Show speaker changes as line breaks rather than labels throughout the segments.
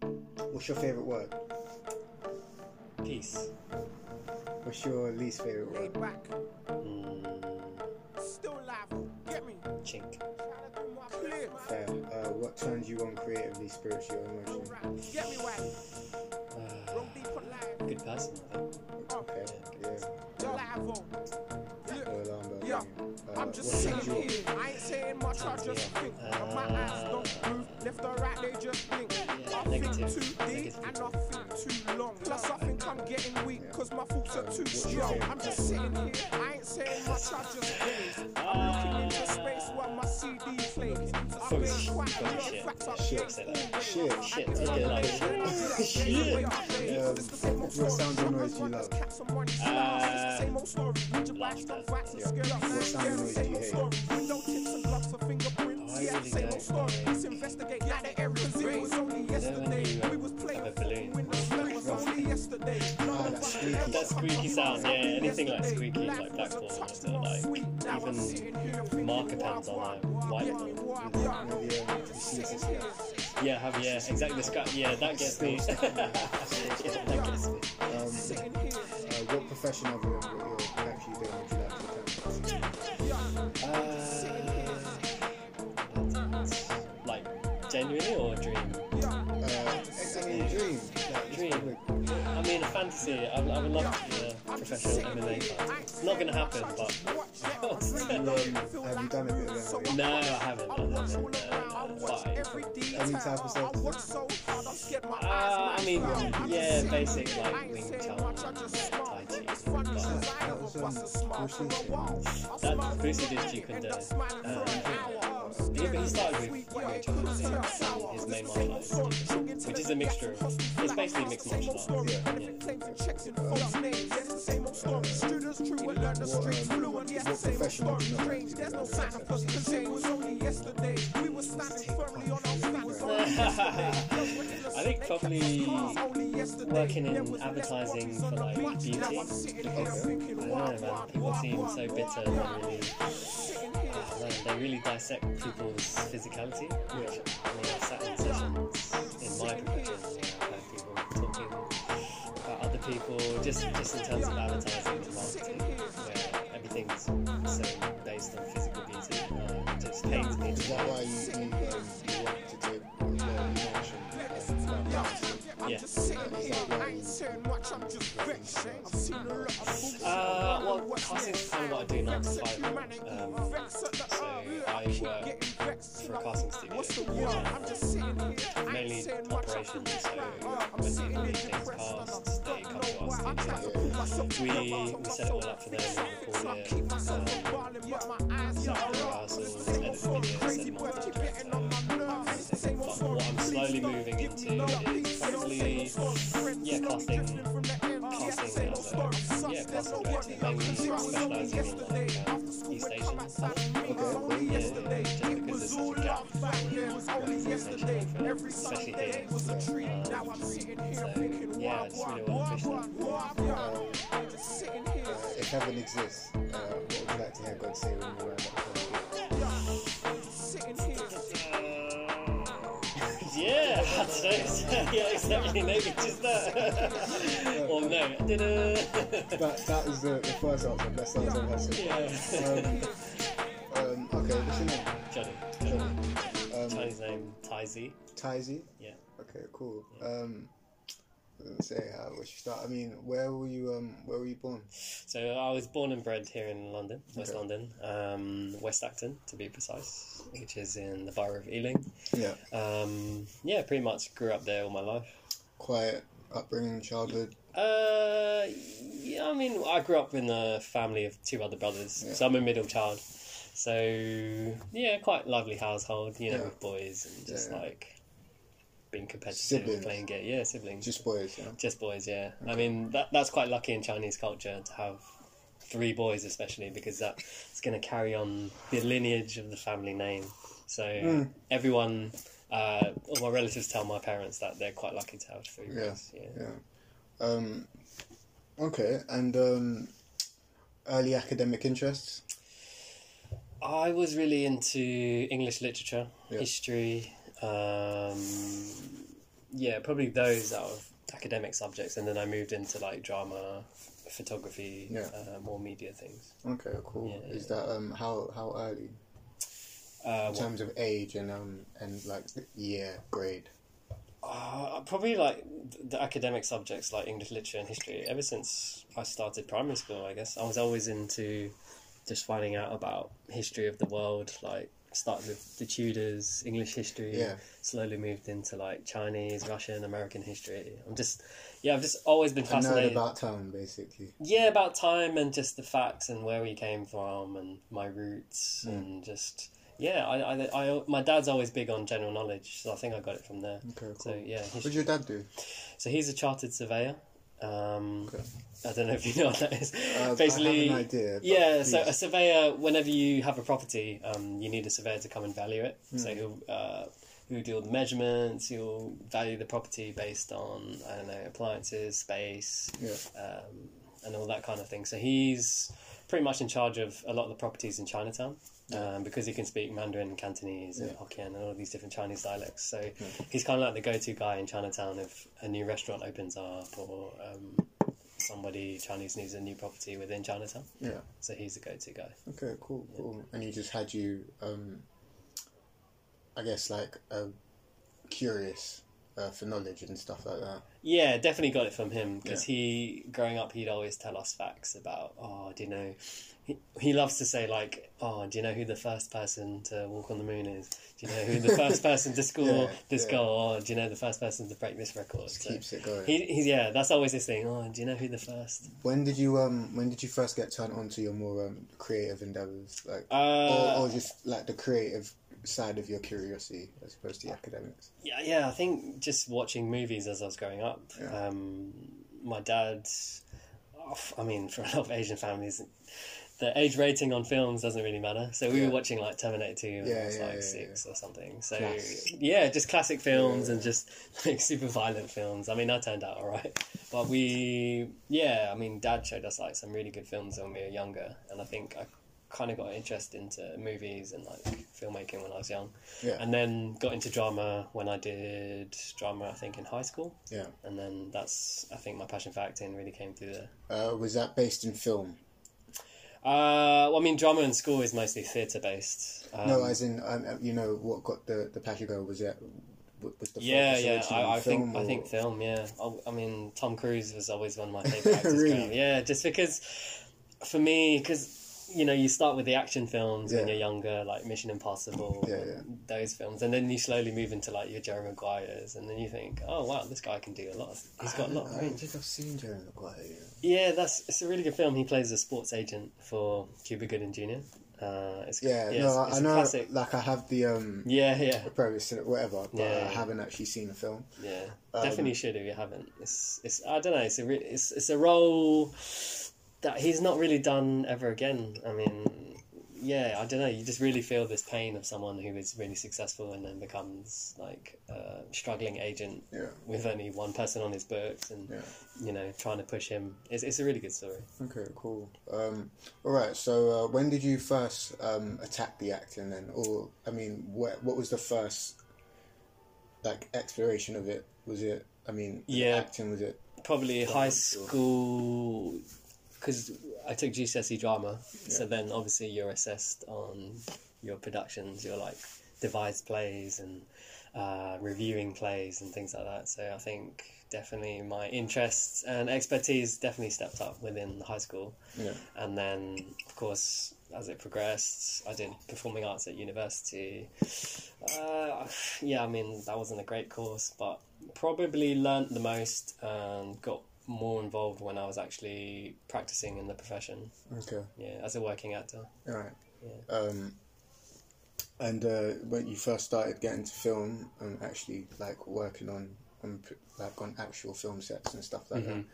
What's your favorite word?
Peace.
What's your least favorite
Laid
word?
back,
Mm,
still live, get me.
chink.
Clear.
Fair. Uh, what turns you on creatively, spiritually, or emotionally?
Get me whack.
Uh,
Wrong deep Uh, on live.
good person, I think.
Okay. Yeah.
Live on. Yeah.
No alarm bell.
Yeah.
ringing. Uh,
I'm
what
just sitting
turns you
here. I ain't saying much, I just think. And my eyes don't move, left or right, they just blink.
Yeah,
I think
negative.
too deep
Negative.
and I think too long. Plus, I think I'm getting weak, cause my thoughts are too
What's your
strong.
favorite
I'm just sitting here, I ain't saying much, I just gaze. I'm looking into space while my CD plays. I've
Fuck
been
shit.
quite a
Fuck
lot of
shit.
facts, I've
Shit.
gained
Shit.
all ways.
Shit.
And
Shit.
it's
Yeah,
not
like-
the way I play.
Yeah.
It's the same old
What
story.
sound do you know
Rappers
that you
want us
love?
cats and money stars. It's the same old story. Read your
Love
bites, don't
that.
wax and
Yeah.
scale up.
What sound do you
Yeah, same
hate?
old story. No tips and gloves for fingerprints.
I
Yeah,
really
same
don't
old story.
know.
Let's investigate. Now the air is it was only
you,
yesterday.
um,
We was playing
have a balloon.
when the smell was only yesterday.
Ah, that squeaky
That squeaky sound, yeah, anything like squeaky,
Life
like
was a
platform,
touch
isn't it?
more
Like,
sweet. Now I'm
even
sitting here thinking,
marker
wow,
pens on,
wow,
like,
wow,
white
yeah,
ones.
wow,
Yeah,
yeah.
yeah, yeah.
I'm just sitting here.
Um,
Yeah, have yeah, exactly the scrap. Yeah, that gets me. yeah, that gets me.
Um,
Sitting here.
uh, what profession other than what you're actually doing would you like to attempt?
Uh, Like genuinely or dream?
Uh, I mean, dream. Like,
Dream.
probably-
I mean, a fantasy. I, would- I would love to be a professional MMA fighter. It's not gonna happen, but
You, um, have you done a bit of MMA?
no, I haven't. I haven't. Uh, but
Any type of stuff?
Uh, I mean, yeah, basic like Wing Chun, Tai Chi. But
That was um, Bruce Lee thing.
that Bruce Lee did Jeet Kune Do. Um, yeah, but he started with Wing Chun as his main martial arts, which is a mixture of it's basically mixed martial arts. Yeah. I think probably working in advertising for like beauty. Because, I don't know, man, people seem so bitter and really, oh, man, they really dissect people's physicality. Which, I mean, I've sat in sessions in my profession and I've heard people talking about other people, just, just in terms of advertising and marketing, where everything's so based on physical beauty. Uh, it just pains me
Is
to
that why you, you, um, you want to take uh, emotion? Uh, dance?
Yeah.
Uh,
Uh, well, casting's kind of what I do now, so, um, so I work for a casting studio, um, mainly operations, so when people need things cast, they come to us and do it. We, we set it all up for them, we record it, um, rehearsals, edit the video, send them off to the director, um, everything. But what I'm slowly moving into is probably, yeah, casting uh, casting as a yeah, casting director, mainly specialising in like um, East Asian talent. Yeah, yeah, just because there's such a gap for East Asian talent, especially here. Um, so yeah, I just really want to push that.
Uh, if heaven exists, uh, what would you like to hear God say when you're around that time?
Mm. Yeah, that's so yeah, exactly. Maybe just that, or no. Ta-da.
That, that is the, the first answer, best answer I've had so far.
yeah,
Um, okay, what's your name?
Johnny, Johnny,
Um,
Chinese name Tai Z.
Tizey?
Yeah.
Okay, cool. Um, let's say how we should start. I mean, where were you? Um, where were you born?
So I was born and bred here in London, West
Okay.
London, um, West Acton to be precise, which is in the borough of Ealing.
Yeah,
Um, yeah, pretty much grew up there all my life.
quiet upbringing, childhood.
Uh, yeah, I mean, I grew up in a family of two other brothers, so I'm a middle child. So yeah, quite lovely household, you know,
Yeah.
with boys and just
Yeah.
like being competitive,
Siblings.
playing game. Yeah, siblings.
Just boys, yeah.
Just boys, yeah. I mean, that that's quite lucky in Chinese culture to have three boys, especially because that's going to carry on the lineage of the family name. So
Hmm.
everyone, uh, all my relatives tell my parents that they're quite lucky to have three
Yeah,
boys. Yeah.
yeah. Um, okay, and um, early academic interests.
I was really into English literature,
Yeah.
history, um, yeah, probably those out of academic subjects, and then I moved into like drama, photography,
Yeah.
uh, more media things.
Okay, cool.
Yeah,
Is that um how how early
Uh,
in terms of age and um and like year grade?
Uh, probably like th- the academic subjects like English literature and history. Ever since I started primary school, I guess I was always into just finding out about history of the world. Like started with the Tudors, English history.
Yeah.
Slowly moved into like Chinese, Russian, American history. I'm just yeah, I've just always been
I know
fascinated.
about time basically.
yeah, about time and just the facts and where we came from and my
Hmm.
roots and just. Yeah, I, I, I, my dad's always big on general knowledge, so I think I got it from there.
Okay, cool.
So yeah,
What did your dad do?
so he's a chartered surveyor. Um,
Okay.
I don't know if you know what that is.
Uh,
Basically,
I have an idea. but
yeah. So a
please.
surveyor, whenever you have a property, um, you need a surveyor to come and value it.
Hmm.
So he'll uh, he'll do all the measurements. He'll value the property based on I don't know appliances, space,
yeah,
um, and all that kind of thing. So he's pretty much in charge of a lot of the properties in Chinatown um, because he can speak Mandarin, Cantonese, and
Yeah.
Hokkien, and all these different Chinese dialects. So he's kind of like the go-to guy in Chinatown if a new restaurant opens up or um, somebody Chinese needs a new property within Chinatown.
yeah.
So he's the go-to guy.
Okay, cool, cool. And he just had you, um, I guess, like uh, curious uh, for knowledge and stuff like that.
Yeah, definitely got it from him because he, growing up, he'd always tell us facts about, oh, do you know, he, he loves to say, like, oh, do you know who the first person to walk on the moon is? Do you know who the first person to score
Yeah,
this
yeah.
goal? Or do you know the first person to break this record? So
Keeps it going.
he, he's, yeah, that's always his thing. Oh, do you know who the first?
When did you um when did you first get turned on to your more um, creative endeavors like
Uh,
or, or just like the creative side of your curiosity as opposed to the academics?
Yeah, yeah. I think just watching movies as I was growing up.
Yeah.
Um, my dad, I mean, for a lot of Asian families, the age rating on films doesn't really matter. So we
Yeah.
were watching like Terminator Two when I
Yeah,
was
yeah,
like
yeah,
six or something. So
Class.
yeah, just classic films
Yeah.
and just like super violent films. I mean, I turned out all right, but we yeah. I mean, Dad showed us like some really good films when we were younger, and I think I kind of got an interest into movies and like filmmaking when I was young
Yeah,
and then got into drama when I did drama, I think, in high school.
yeah.
And then that's, I think, my passion for acting really came through there.
Uh, was that based in film?
Uh, well, I mean, drama in school is mostly theatre based. Um,
no, as in um, uh, you know what got the the passion going was that w- was the
yeah,
focus
yeah.
originally
I, I
film
think
or...
I think film. Yeah. I, I mean, Tom Cruise was always one of my favorite actors. growing
Really?
up. Yeah, just because for me, because you know, you start with the action films when
Yeah.
you're younger, like Mission Impossible,
Yeah,
and those films, and then you slowly move into like your Jerry Maguire's, and then you think, oh wow, this guy can do a lot. He's got a lot of
I don't
range.
think I've seen Jerry Maguire.
Yeah, that's it's a really good film. He plays a sports agent for Cuba Gooding Jr. Uh, it's
Yeah,
yeah,
no,
it's,
I,
it's
I
a
know.
classic.
Like I have the um
Yeah, yeah,
the premise and whatever, but
Yeah.
I haven't actually seen the film.
yeah.
Um,
Definitely should if you haven't. It's it's I don't know. It's a re- it's it's a role that he's not really done ever again. I mean, yeah, I don't know. You just really feel this pain of someone who is really successful and then becomes like a struggling agent
Yeah.
with only one person on his books and
Yeah.
you know trying to push him. It's it's a really good story.
Okay, cool. Um, all right. So, uh, when did you first um, attack the acting? Then, or I mean, what what was the first like exploration of it? Was it? I mean, was it
Yeah.
acting was it?
probably high
sure.
school because I took GCSE E drama, so then obviously you're assessed on your productions, your like devised plays and uh, reviewing plays and things like that. So I think definitely my interests and expertise definitely stepped up within high school,
Yeah,
and then of course as it progressed, I did performing arts at university. Uh, yeah, I mean that wasn't a great course, but probably learnt the most and got more involved when I was actually practicing in the profession.
okay,
Yeah, as a working actor.
all right. Um, and uh, when you first started getting to film and actually like working on on p- like on actual film sets and stuff like that,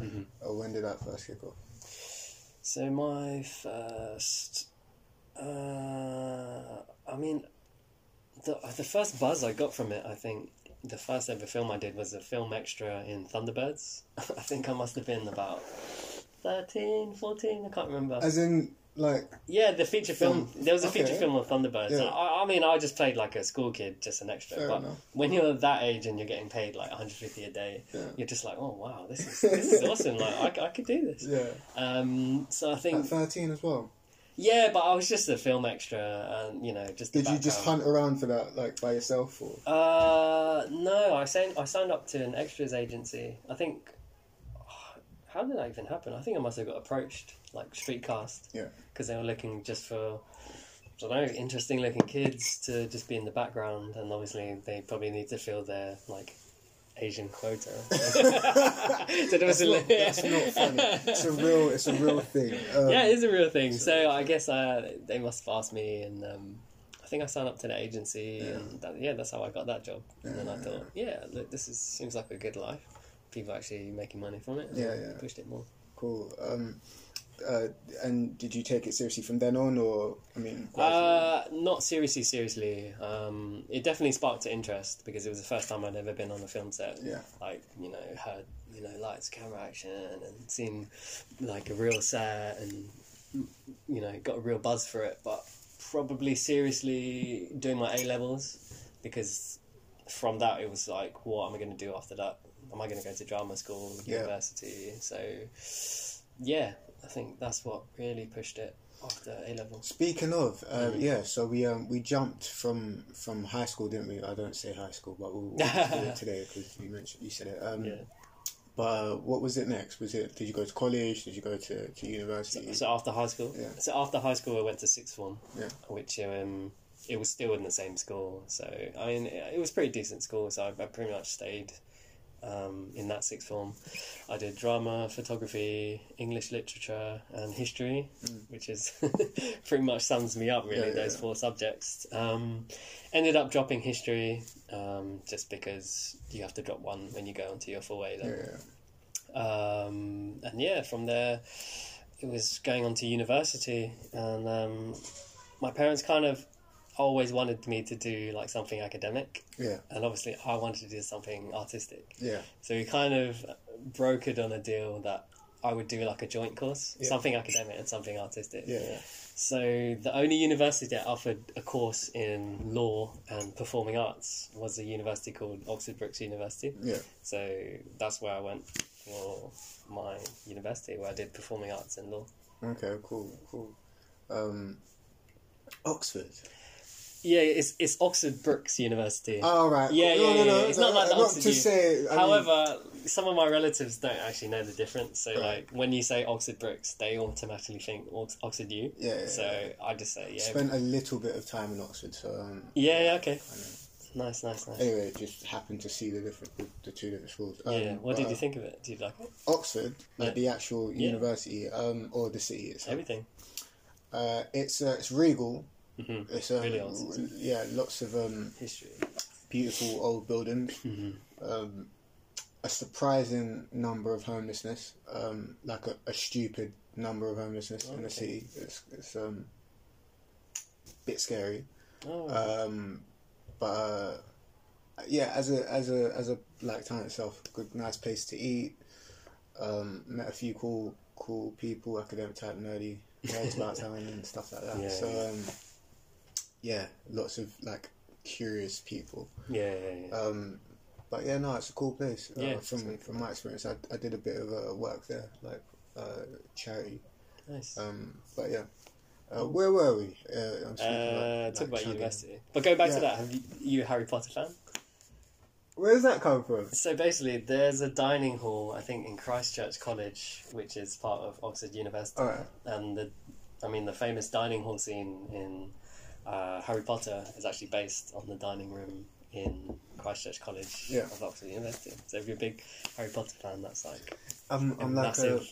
uh, when did that first kick off?
So my first, uh, I mean, the the first buzz I got from it, I think. The first ever film I did was a film extra in Thunderbirds. I think I must have been about 13, 14, I can't remember.
As in, Like,
Yeah, the feature film.
Film.
There was a
Okay.
feature film on Thunderbirds.
Yeah.
I, I mean, I just played like a school kid, just an extra.
Fair
but
enough.
when you're that age and you're getting paid like 150 a day,
Yeah.
you're just like, oh wow, this is this is awesome. Like I, c- I could do this.
yeah.
Um, so I
At
think
13 as well.
yeah, but I was just a film extra, and you know, just the
Did you just
background.
hunt around for that, like, by yourself? Or?
Uh, no, I signed. I signed up to an extras agency. I think. How did that even happen? I think I must have got approached, like Streetcast.
Yeah.
Because they were looking just for, I don't know, interesting looking kids to just be in the background, and obviously they probably need to fill their like Asian quota. so there was
That's
a
not,
li-
that's not funny. It's a real, it's a real thing. Um,
yeah, it is a real thing. So I guess uh, they must have asked me, and um, I think I signed up to the agency, and that, yeah, that's how I got that job. And then I thought, yeah, look, this is seems like a good life. People actually making money from it. and
Yeah,
I
yeah.
Pushed it more.
Cool. Um, uh, and did you take it seriously from then on, or I mean, gradually?
Uh, not seriously, seriously. Um, it definitely sparked an interest because it was the first time I'd ever been on a film set.
Yeah.
Like, you know, heard, you know, lights, camera action and seen like a real set and, you know, got a real buzz for it. But probably seriously doing my A levels because from that it was like, what am I going to do after that? Am I going to go to drama school,
Yeah.
university? So, yeah, I think that's what really pushed it after A levels.
speaking of, uh,
Mm-hmm.
yeah, so we um, we jumped from from high school, didn't we? I don't say high school, but we'll, we'll just do it today because you mentioned you said it. Um,
Yeah.
But uh, what was it next? Was it? Did you go to college? Did you go to, to university?
So after high school,
Yeah.
so after high school, I went to sixth form,
Yeah.
which um, it was still in the same school. So I mean, it it was pretty decent school. So I, I pretty much stayed um, in that sixth form. I did drama, photography, English literature, and history, which is pretty much sums me up really.
Mm. Yeah, yeah,
those
yeah.
four subjects. Um, ended up dropping history um, just because you have to drop one when you go onto your full A level.
yeah, yeah.
Um, and yeah, from there, it was going on to university, and um, my parents kind of always wanted me to do like something academic,
yeah,
and obviously I wanted to do something artistic.
yeah.
So we kind of brokered on a deal that I would do like a joint course,
Yeah.
something academic and something artistic.
Yeah, yeah.
So the only university that offered a course in law and performing arts was a university called Oxford Brookes University.
yeah.
So that's where I went for my university, where I did performing arts and law.
Okay, cool, cool. Um, Oxford.
Yeah, it's it's Oxford Brookes University.
Oh, right.
yeah,
no,
yeah,
no,
yeah,
no,
It's
no,
not like the
not
Oxford.
to
U-
say. I mean-
However, some of my relatives don't actually know the difference. So,
Right.
like when you say Oxford Brookes, they automatically think Ox- Oxford U.
Yeah, yeah,
so I just say yeah.
spent a little bit of time in Oxford, so um,
yeah, yeah, okay.
I know.
Nice, nice, nice.
Anyway, just happened to see the different the, the two different schools. Um,
yeah.
but,
What did you
uh,
think of it? Did you like it?
Oxford, like
Yeah.
the actual
Yeah.
university, um, or the city itself.
Everything.
Uh, it's uh, it's regal.
Mhm.
It's um,
Really awesome.
yeah, lots of um,
History.
beautiful old buildings.
Mm-hmm.
Um, a surprising number of homelessness, um, like a, a stupid number of homelessness in the
Okay.
city. It's it's um, bit scary.
Oh.
Um, but uh, yeah, as a as a as a like town itself, good nice place to eat. Um, met a few cool cool people, academic type nerdy nerds about town and stuff like that.
Yeah,
so
yeah.
um, yeah, lots of like curious people.
yeah, yeah, yeah.
Um, but yeah, no, it's a cool place.
Yeah,
uh,
it's
from from my experience, I, I did a bit of uh, work there, like uh, charity.
nice.
Um, but yeah, uh, where were we? Uh, I'm speaking
Uh,
like-
talk
like
about
chugging.
university. But go back
Yeah.
to that. Have you, you a Harry Potter fan?
Where does that come from?
So basically, there's a dining hall I think in Christchurch College, which is part of Oxford University,
Alright.
and the, I mean, the famous dining hall scene in uh, Harry Potter is actually based on the dining room in Christchurch College
Yeah.
of Oxford University. So if you're a big Harry Potter fan, that's like
I'm,
a
I'm like a,
massive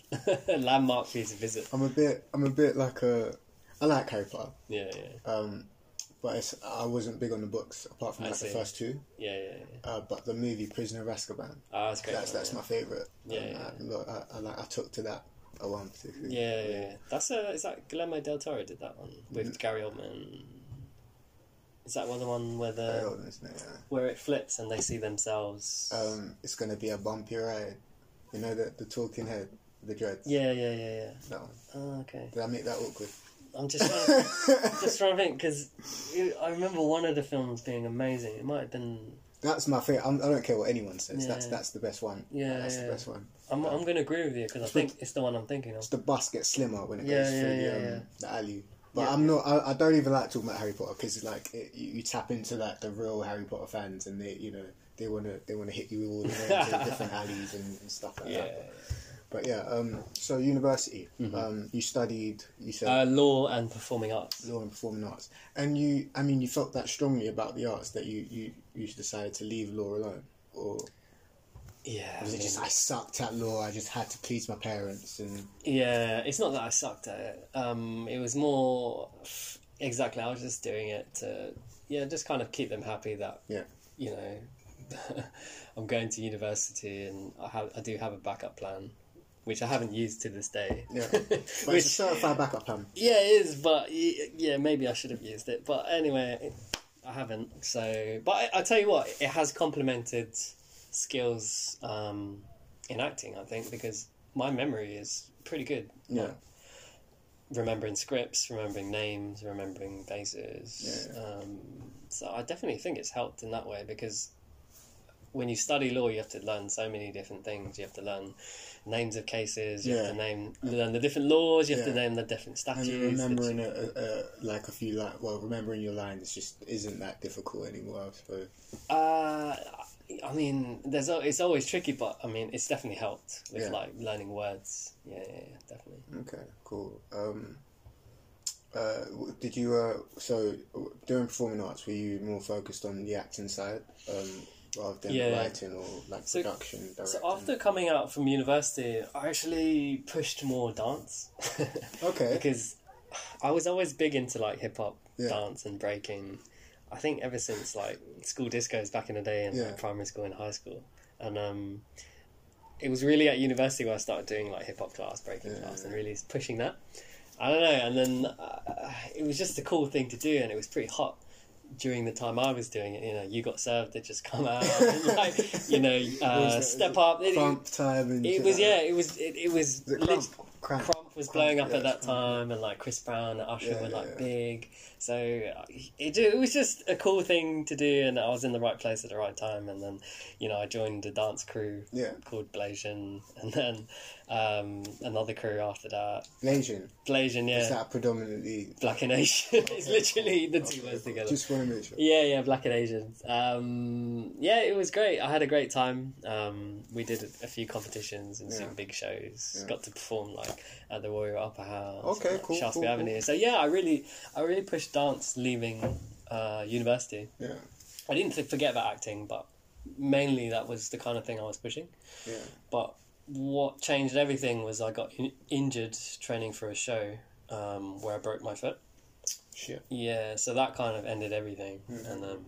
landmark for you to visit.
I'm a bit, I'm a bit like a, I like Harry Potter,
Yeah, yeah,
um, but it's, I wasn't big on the books apart from
I
like the
see.
first two.
yeah, yeah. yeah.
Uh, but the movie Prisoner of Azkaban,
Oh, that's great.
that's that's my favorite.
Yeah,
And
yeah,
I, look, I, I like, I took to that uh, one particularly.
Yeah, yeah, yeah. That's a. Is that Guillermo del Toro did that one with
Mm.
Gary Oldman? Is that one the one where
Very
the
old, isn't it? Yeah.
where it flips and they see themselves?
Um, it's gonna be a bumpy ride. You know the the talking head, the dreads.
yeah, yeah, yeah, yeah.
That one.
Oh, okay.
Did I make that awkward?
I'm just trying to, just trying to think because I remember one of the films being amazing. It might have been.
that's my favorite. I'm, I don't care what anyone says. That's
Yeah.
that's the best one.
Yeah,
that's
yeah.
the best one.
I'm, I'm going to agree with you because I think it's the one I'm thinking of.
It's the bus gets slimmer when it
Yeah,
goes through
yeah,
the, um,
yeah, yeah.
the alley. But
Yeah.
I'm not. I, I don't even like talking about Harry Potter because like it, you, you tap into like the real Harry Potter fans and they you know they want to they want to hit you with all the names of different alleys and, and stuff like that. But yeah, um, so university, um, you studied, you said
Mm-hmm. Uh, law and performing arts.
law and performing arts, and you, I mean, you felt that strongly about the arts that you you you decided to leave law alone, or
Yeah.
was
I
it just
mean-
I sucked at law, I just had to please my parents, and
Yeah, it's not that I sucked at it. Um, it was more exactly. I was just doing it to yeah, just kind of keep them happy that
yeah,
you know I'm going to university and I have I do have a backup plan, which I haven't used to this day.
yeah. But
Which-
it's a certified backup plan.
yeah, it is, but y- yeah, maybe I should have used it. But anyway, I haven't. So, but I, I tell you what, it has complemented skills um, in acting. I think because my memory is pretty good.
Yeah.
Like, remembering scripts, remembering names, remembering faces.
Yeah.
Um, so I definitely think it's helped in that way because when you study law, you have to learn so many different things. You have to learn names of cases. You have
Yeah.
to name learn the different laws. You have to
Yeah.
name the
And
different statutes.
you're
that
remembering
you-
a, a, a- like a few li well, remembering your lines just isn't that difficult anymore, I suppose.
Uh, I mean, there's al- it's always tricky, but I mean, it's definitely helped with
Yeah.
like learning words. Yeah, yeah, yeah definitely.
Okay, cool. Um, uh, w- did you uh, so w- during performing arts? Were you more focused on the acting side um, rather than
Yeah.
writing or like
So-
production? Directing?
So after coming out from university, I actually pushed more dance.
Okay.
Because I was always big into like hip hop,
Yeah.
dance, and breaking. I think ever since like school discos back in the day, in like,
Yeah.
primary school and high school, and um, it was really at university where I started doing like hip hop class, breaking
Yeah.
class, and really pushing that. I don't know, and then uh, it was just a cool thing to do, and it was pretty hot during the time I was doing it. You know, you got served, it just come out, and, like, you know,
Was
uh,
that-
step up. It,
crump time and
it was yeah, it was it, it was
The
lit-
crump, crump,
Crump was blowing up
yeah,
at that
Crump.
time, and like Chris Brown and Usher
Yeah,
were
yeah,
like
yeah.
big. So uh, it, it was just a cool thing to do, and I was in the right place at the right time. And then, you know, I joined a dance crew
Yeah.
called Blasian, and then um, another crew after that.
Blasian.
Blasian,
Is
yeah,
that predominantly
Black and Asian. it's literally the two words together.
Just want to make sure.
Yeah, yeah, Black and Asian. Um, yeah, it was great. I had a great time. Um, we did a few competitions and
Yeah.
some big shows.
Yeah.
Got to perform like at the Royal Opera House.
Okay,
and, like,
cool,
Shaftesbury
cool, cool.
Avenue. So yeah, I really, I really pushed dance leaving uh, university.
Yeah,
I didn't th- forget about acting, but mainly that was the kind of thing I was pushing.
yeah,
But what changed everything was I got in- injured training for a show um, where I broke my foot.
shit.
Yeah, so that kind of ended everything, and um,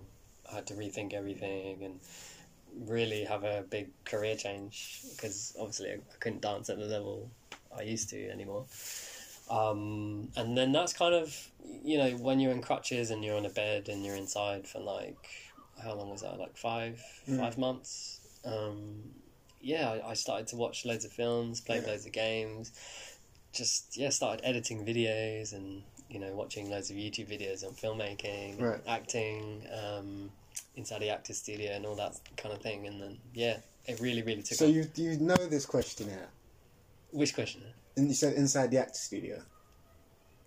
I had to rethink everything and really have a big career change because obviously I, I couldn't dance at the level I used to anymore. Um, and then that's kind of you know when you're in crutches and you're on a bed and you're inside for like how long was that like five five months. Um, yeah, I, I started to watch loads of films, played
Yeah.
loads of games, just yeah started editing videos and you know watching loads of YouTube videos on filmmaking,
Right.
acting, um, inside the actor studio and all that kind of thing. And then yeah, it really really took.
So
off.
you you know this questionnaire,
Which question?
and you said inside the actor studio.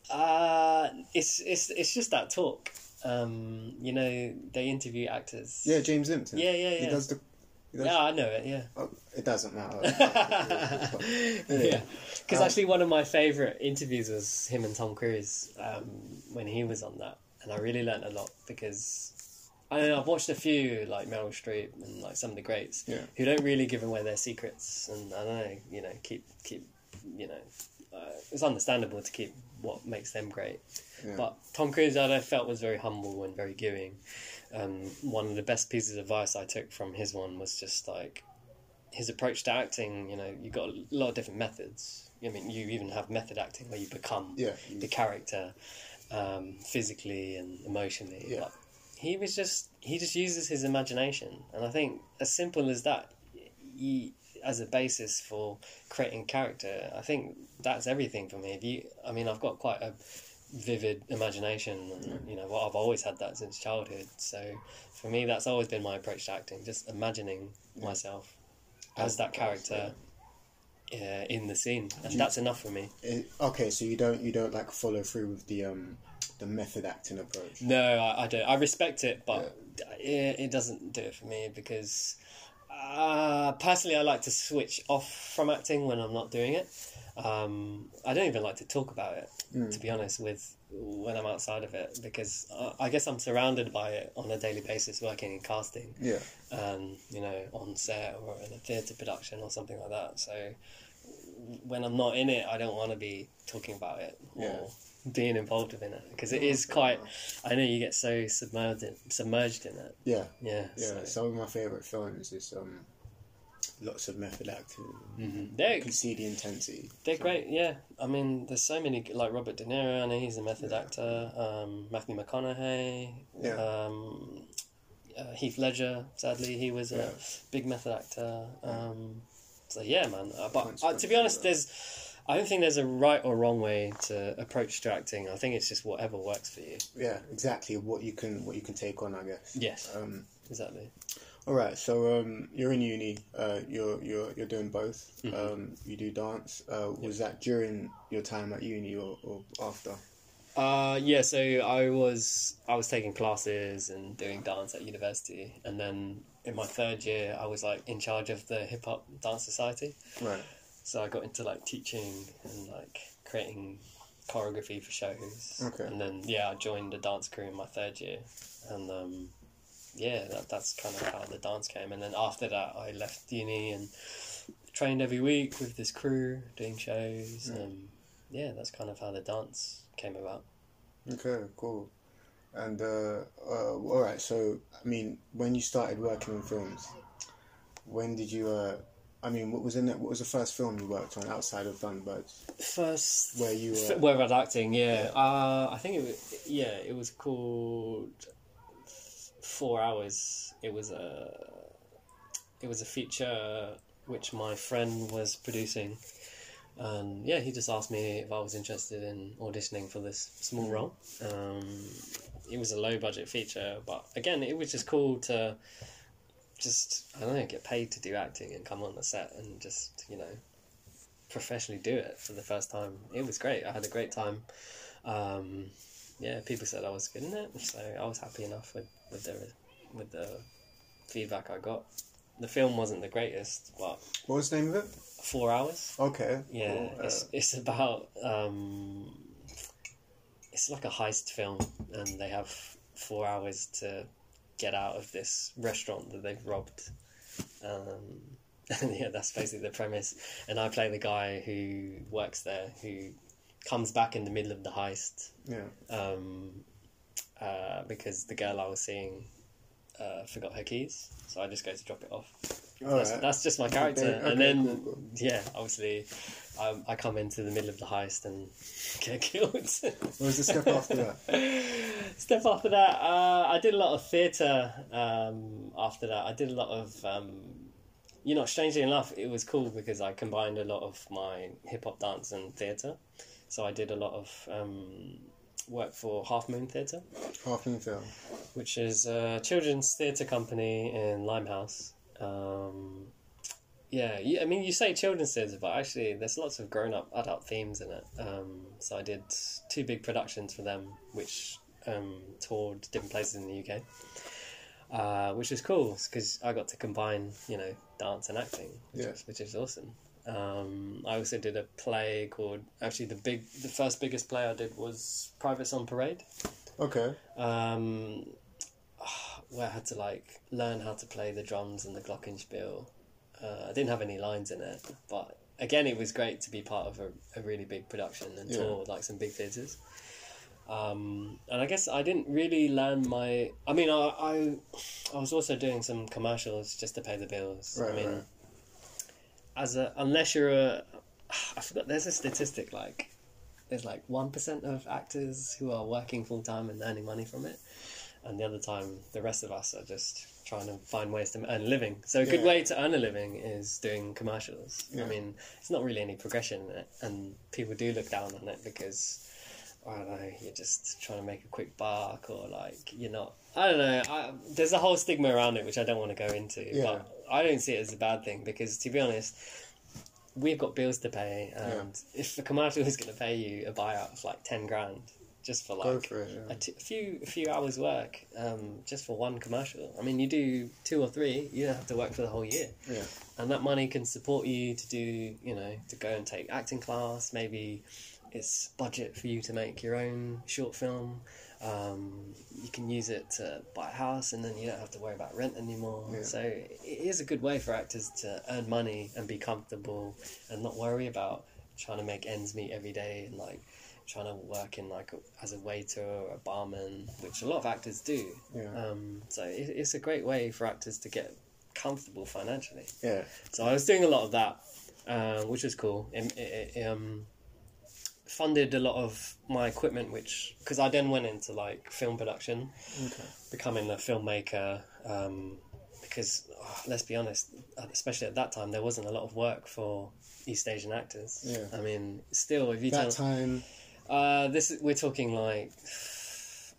Uh, it's it's it's just that talk. Um, you know they interview actors.
Yeah, James Limpton.
Yeah, yeah,
He
yeah.
does the. He does,
Yeah, I know it. Yeah.
oh, it doesn't matter.
yeah, because actually one of my favorite interviews was him and Tom Cruise um, when he was on that, and I really learnt a lot because I don't know I've watched a few like Meryl Streep and like some of the greats
Yeah.
who don't really give away their secrets, and I don't know you know keep keep you know uh, it's understandable to keep what makes them great,
Yeah.
but Tom Cruise I felt was very humble and very giving. Um, one of the best pieces of advice I took from his one was just like his approach to acting, you know, you've got a lot of different methods. I mean, you even have method acting where you become
Yeah.
the character um, physically and emotionally.
Yeah.
But he was just, he just uses his imagination. And I think as simple as that, you, as a basis for creating character, I think that's everything for me. If you, I mean, I've got quite a vivid imagination and you know what I've always had that since childhood so for me that's always been my approach to acting just imagining myself as that character uh, in the scene and that's enough for me
It- okay, so you don't you don't like follow through with the um the method acting approach.
no I, I don't I respect it but it, it doesn't do it for me because uh, personally I like to switch off from acting when I'm not doing it um, I don't even like to talk about it to be honest with when I'm outside of it because uh, I, I guess I'm surrounded by it on a daily basis working in casting
Yeah.
um, you know, on set or in a theatre production or something like that. So when I'm not in it, I don't want to be talking about it or being involved within it because it is quite. I know you get so submerged in, submerged in it.
Yeah.
Yeah.
Yeah.
so-
Some of my favourite films is um lots of method acting.
They're,
You can see the intensity.
they're great, yeah. I mean, there's so many, like Robert De Niro, I know he's a method actor, um, Matthew McConaughey,
Yeah.
um, uh, Heath Ledger, sadly, he was a
Yeah.
big method actor. Um, so, yeah, man. Uh, but
Thanks,
uh,
thanks
to
for
be honest,
that.
there's, I don't think there's a right or wrong way to approach to acting. I think it's just whatever works for you.
Yeah, exactly. What you can what you can take on, I guess.
Yes,
Um,
exactly.
all right. So um, you're in uni. Uh, you're you're you're doing both. Um, you do dance. Uh, was that during your time at uni or, or after?
Uh, yeah, so I was I was taking classes and doing dance at university, and then in my third year, I was like in charge of the hip hop dance society.
Right.
So I got into like teaching and like creating choreography for shows.
Okay.
And then yeah, I joined the dance crew in my third year, and um, yeah, that, that's kind of how the dance came. And then after that, I left uni and trained every week with this crew doing shows. Um, yeah, that's kind of how the dance came about.
Okay. Cool. And uh, uh, all right. So I mean, when you started working on films, when did you? Uh, I mean, what was in it? What was the first film you worked on outside of Thunderbirds?
first
Where you
f-
were-
where I'd acting yeah, Uh, I think it was yeah it was called four hours it was a it was a feature which my friend was producing um, yeah he just asked me if I was interested in auditioning for this small
Mm.
role um, it was a low budget feature but again it was just cool to just I don't know get paid to do acting and come on the set and just you know professionally do it for the first time. It was great. I had a great time. Um, yeah, people said I was good in it, so I was happy enough with, with the with the feedback I got. The film wasn't the greatest, but
What was the name of it?
four hours.
Okay.
Yeah,
cool. Uh,
it's it's about um, it's like a heist film, and they have four hours to get out of this restaurant that they've robbed. Um, and yeah, that's basically the premise. And I play the guy who works there, who comes back in the middle of the heist
yeah.
um, uh, because the girl I was seeing uh, forgot her keys, so I just go to drop it off.
All
That's,
right.
that's just my character.
Okay, okay,
and then,
cool, cool.
yeah, obviously, I, I come into the middle of the heist and get killed.
What was the step after that?
Step after that, uh, I did a lot of theatre um, after that. I did a lot of, um, you know, strangely enough, it was cool because I combined a lot of my hip hop dance and theatre. So I did a lot of um, work for Half Moon Theatre
Half Moon Film.
which is a children's theatre company in Limehouse. Um, yeah, you, I mean, you say children's theatre, but actually, there's lots of grown up adult themes in it. Um, so I did two big productions for them, which um, toured different places in the UK, uh, which was cool because I got to combine, you know, dance and acting, which,
Yeah.
is, which is awesome. Um, I also did a play called actually the big the first biggest play I did was Privates on Parade
Okay.
um, where I had to like learn how to play the drums and the glockenspiel. Uh, I didn't have any lines in it, but again, it was great to be part of a, a really big production and
Yeah.
tour like some big theatres. Um, and I guess I didn't really learn my. I mean, I, I I was also doing some commercials just to pay the bills.
Right,
I mean,
right.
as a unless you're a, I forgot. There's a statistic like there's like one percent of actors who are working full time and earning money from it, and the other time the rest of us are just trying to find ways to earn a living. So a good
Yeah.
way to earn a living is doing commercials.
Yeah.
I mean, it's not really any progression in it, and people do look down on it because I don't know, you're just trying to make a quick buck, or like you're not. I don't know. I, there's a whole stigma around it, which I don't want to go into.
Yeah.
But I don't see it as a bad thing because, to be honest, we've got bills to pay, and if a commercial is going to pay you a buyout of like ten grand just for
Go
like
for it. Yeah.
a t- few a few hours work, um, just for one commercial. I mean, you do two or three, you don't have to work for the whole year
yeah.
and that money can support you to do you know to go and take acting class maybe it's budget for you to make your own short film um, you can use it to buy a house and then you don't have to worry about rent anymore
Yeah.
so it is a good way for actors to earn money and be comfortable and not worry about trying to make ends meet every day and like trying to work in like a, as a waiter or a barman which a lot of actors do
Yeah.
um, so it, it's a great way for actors to get comfortable financially
Yeah.
so I was doing a lot of that, uh, which was cool. It, it, it um, funded a lot of my equipment, which because I then went into like film production,
Okay.
becoming a filmmaker. Um, because oh, let's be honest, especially at that time, there wasn't a lot of work for East Asian actors.
Yeah.
I mean, still, if you
That
tell
time,
uh, this is, we're talking like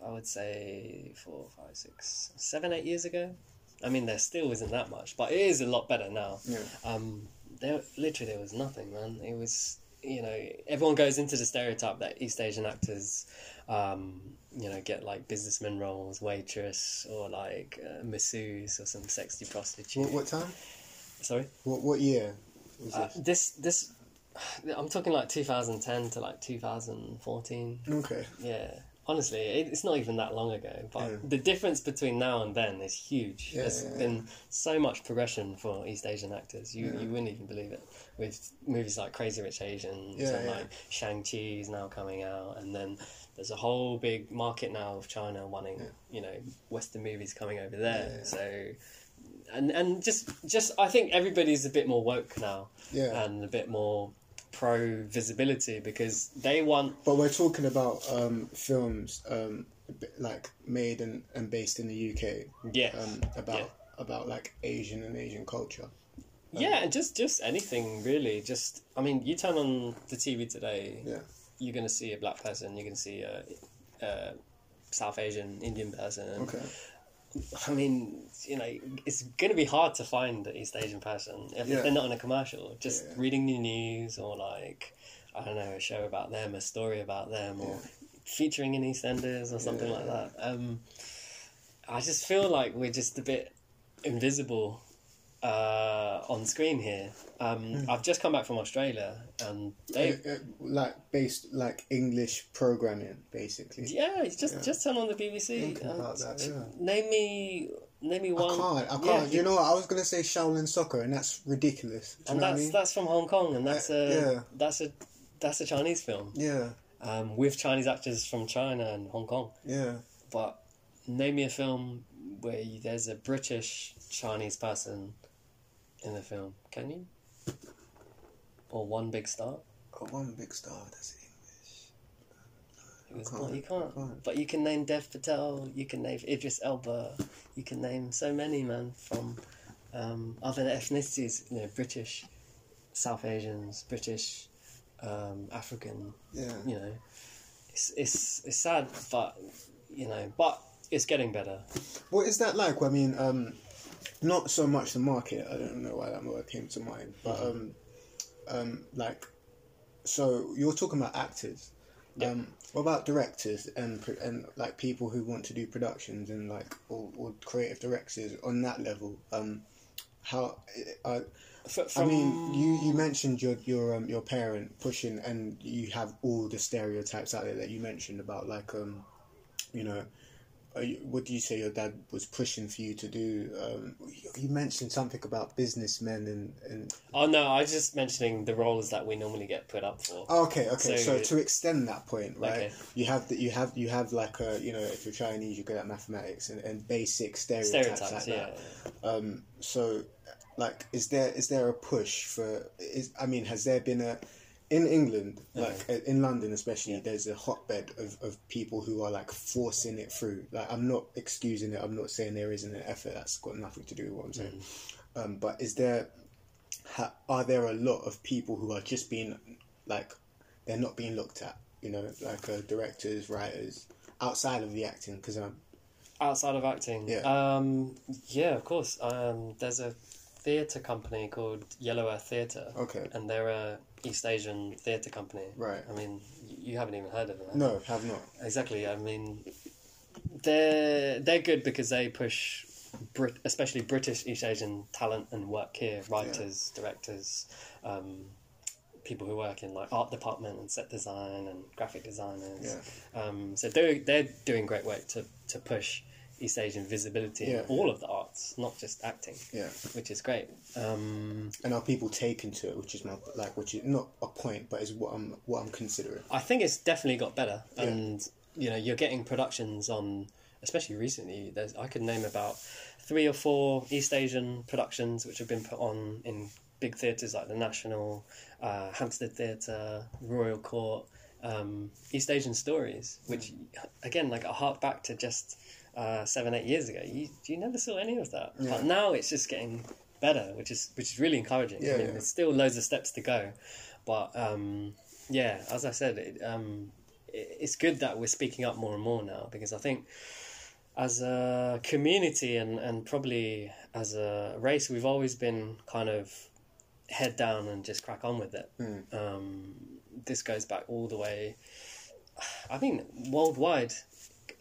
I would say four, five, six, seven, eight years ago. I mean, there still isn't that much, but it is a lot better now.
Yeah.
Um, there literally there was nothing, man. It was you know everyone goes into the stereotype that East Asian actors, um, you know, get like businessman roles, waitress, or like uh, masseuse or some sexy prostitute.
what, what time?
Sorry.
What what year was
Uh,
this?
this this, I'm talking like 2010 to like 2014.
Okay.
Yeah, honestly, it, it's not even that long ago. But
Yeah.
the difference between now and then is huge.
Yeah,
There's
yeah, yeah.
been so much progression for East Asian actors. You
Yeah.
you wouldn't even believe it with movies like Crazy Rich Asians
Yeah,
and
yeah.
like Shang Chi is now coming out, and then there's a whole big market now of China wanting
Yeah.
you know Western movies coming over there.
Yeah, yeah.
So. And, and just just I think everybody's a bit more woke now
Yeah.
and a bit more pro visibility because they want
But we're talking about um, films um, b- like made and, and based in the UK
yeah
um, about about like Asian and Asian culture.
Yeah,
Um,
and just just anything really. Just I mean, you turn on the TV today,
Yeah,
you're gonna see a black person, you're gonna see a, a South Asian Indian person.
okay.
I mean, you know, it's gonna be hard to find an East Asian person if
Yeah.
they're not in a commercial. Just
Yeah.
reading the news or like I don't know, a show about them, a story about them, or featuring in EastEnders or something like that. Um, I just feel like we're just a bit invisible uh, on screen here. Um,
Hmm.
I've just come back from Australia, and they,
Uh, uh, like based like English programming, basically.
yeah, it's just
Yeah.
just turn on the BBC.
Think about
and
that, yeah.
Name me, name me
I
one.
can't. I can't.
Yeah,
you know what? I was gonna say Shaolin soccer, and that's ridiculous. Do you
and
know
that's
what
that's from Hong Kong, and that's
Uh,
a
yeah.
that's a that's a Chinese film
I mean? Yeah,
um, with Chinese actors from China and Hong Kong.
yeah,
But name me a film where you, there's a British Chinese person in the film. Can you? Or one big star.
got one big star. That's it.
It was
Can't.
not- you can't.
Can't.
But you can name Dev Patel. You can name Idris Elba. You can name so many man from um, other ethnicities. You know, British, South Asians, British, um, African.
Yeah,
you know, it's it's it's sad, but you know, but it's getting better.
What is that like? I mean, um, not so much the market. I don't know why that word came to mind, but um, um, like, so you're talking about actors.
Yeah.
Um, what about directors and pro- and like people who want to do productions and like or, or creative directors on that level? Um, how uh, I,
F-
I
from,
mean, you,
Um,
you mentioned your your um, your parent pushing, and you have all the stereotypes out there that you mentioned about like um, you know, are you, what do you say your dad was pushing for you to do? Um, you- you mentioned something about businessmen and and
oh no, I was just mentioning the roles that we normally get put up for.
oh, okay, okay. So,
So-
to extend that point, right?
Okay.
You have that you have you have like a you know if you're Chinese, you're good at mathematics and, and basic stereotypes, like
Stereotypes, yeah.
that. um so like is there is there a push for is i mean has there been a in england like uh in london especially there's a hotbed of, of people who are like forcing it through like i'm not excusing it i'm not saying there isn't an effort that's got nothing to do with what i'm saying um but is there ha, are there a lot of people who are just being like they're not being looked at you know, like uh, directors, writers, outside of the acting, because I'm
Outside of acting,
Yeah.
um, yeah, of course. Um, there's a theatre company called Yellow Earth Theatre,
okay.
and they're a East Asian theatre company.
Right.
I mean, y- you haven't even heard of them. have
No, have not.
Exactly. I mean, they're they're good because they push, Brit- especially British East Asian talent and work here. Writers, directors, um, people who work in like art department and set design and graphic designers. Um, so they're they're doing great work to to push East Asian visibility
Yeah.
in all of the arts, not just acting,
Yeah,
which is great. Um,
and are people taken to it? Which is my like, which is not a point, but is what I'm what I'm considering.
I think it's definitely got better,
Yeah.
and you know you're getting productions on, especially recently. There's I could name about three or four East Asian productions which have been put on in big theatres like the National, uh, Hampstead Theatre, Royal Court, um, East Asian stories, which again like a hark back to just uh, seven eight years ago. You you never saw any of that,
Yeah.
but now it's just getting better, which is which is really encouraging. I
Yeah,
mean,
yeah.
There's still loads of steps to go, but um, yeah, as I said, it, um, it, it's good that we're speaking up more and more now because I think as a community and, and probably as a race, we've always been kind of head down and just crack on with it. Um, this goes back all the way, I mean, worldwide.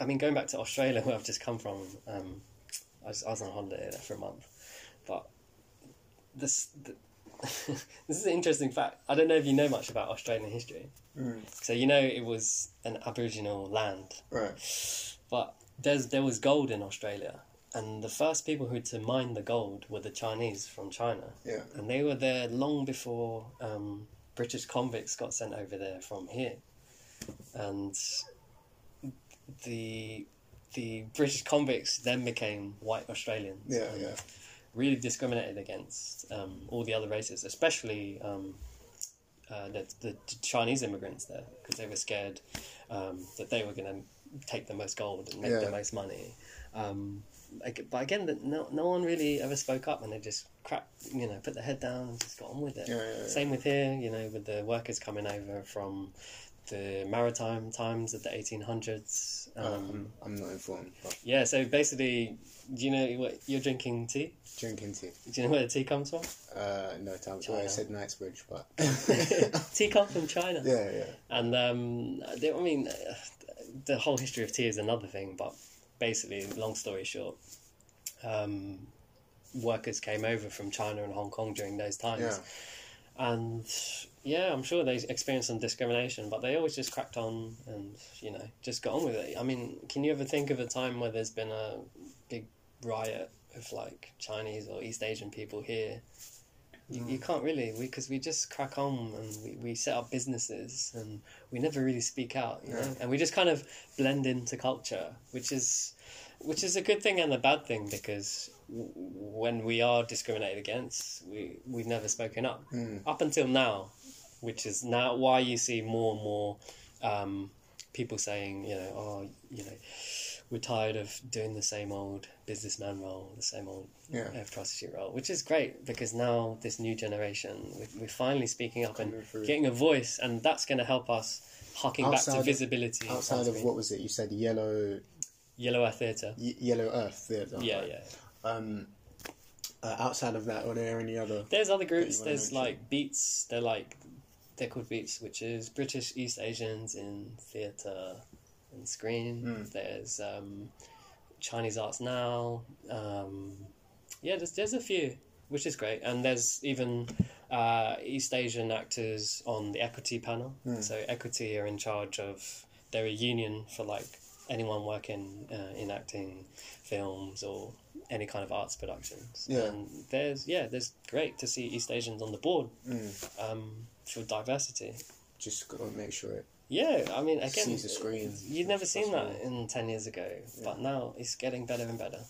I mean, going back to Australia, where I've just come from, um, I, was, I was on holiday there for a month. But this, th this is an interesting fact. I don't know if you know much about Australian history.
Mm.
So, you know, it was an Aboriginal land
Right.
but there's there was gold in Australia, and the first people who to mine the gold were the Chinese from China,
Yeah.
and they were there long before um, British convicts got sent over there from here, and the the British convicts then became white Australians
Yeah. Yeah.
really discriminated against um, all the other races, especially um, uh, the, the Chinese immigrants there, because they were scared um, that they were going to take the most gold and make
Yeah.
the most money. Um, like- but again, that no, no one really ever spoke up, and they just crap, you know, put their head down and just got on with it.
Yeah, yeah, yeah.
Same with here, you know, with the workers coming over from the maritime times of the 1800s. um,
Um, I'm not informed. But
yeah, so basically, do you know what you're drinking tea?
drinking tea.
Do you know where the tea comes from?
Uh, no, time. Well, I
China.
said Knightsbridge, but
tea comes from China.
yeah, yeah,
And um, they, I mean, uh, the whole history of tea is another thing, but basically, long story short, um, workers came over from China and Hong Kong during those times.
yeah.
And yeah, I'm sure they experienced some discrimination, but they always just cracked on and, you know, just got on with it. I mean, can you ever think of a time where there's been a big riot of like Chinese or East Asian people here? You, you can't really, because we, just crack on and we, we set up businesses and we never really speak out, you know? And we just kind of blend into culture, which is which is a good thing and a bad thing because w- when we are discriminated against, we we've never spoken up up until now, which is now why you see more and more um, people saying, you know, oh, you know, we're tired of doing the same old businessman role, the same old
Yeah.
uh, prostitute role, which is great because now this new generation, we- we're finally speaking up
Coming
and
through.
getting a voice, and that's going to help us harking back
Outside
to
of-
visibility. and
Outside of
sunscreen.
what was it? You said yellow,
Yellow Eye Theatre.
y- yellow Earth. Theatre,
Yeah,
right?
yeah.
Um, uh, outside of that, are there any other?
There's other
you
groups.
wanna
There's
mention?
like Beats. They're like they're called Beats, which is British East Asians in theatre and screen.
Hmm.
There's um, Chinese Arts Now. Um, yeah, there's there's a few, which is great, and there's even uh, East Asian actors on the Equity panel.
Hmm.
So Equity are in charge of. They're a union for like anyone working uh, in acting, films, or any kind of arts productions.
Yeah.
And there's yeah, there's great to see East Asians on the board
Hmm.
um, for diversity.
Just gotta make sure it
Yeah, I mean, again,
sees the screen.
you'd never seen that in ten years ago, but now it's getting better and better.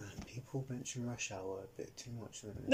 Man, people mention Rush Hour a bit too much. don't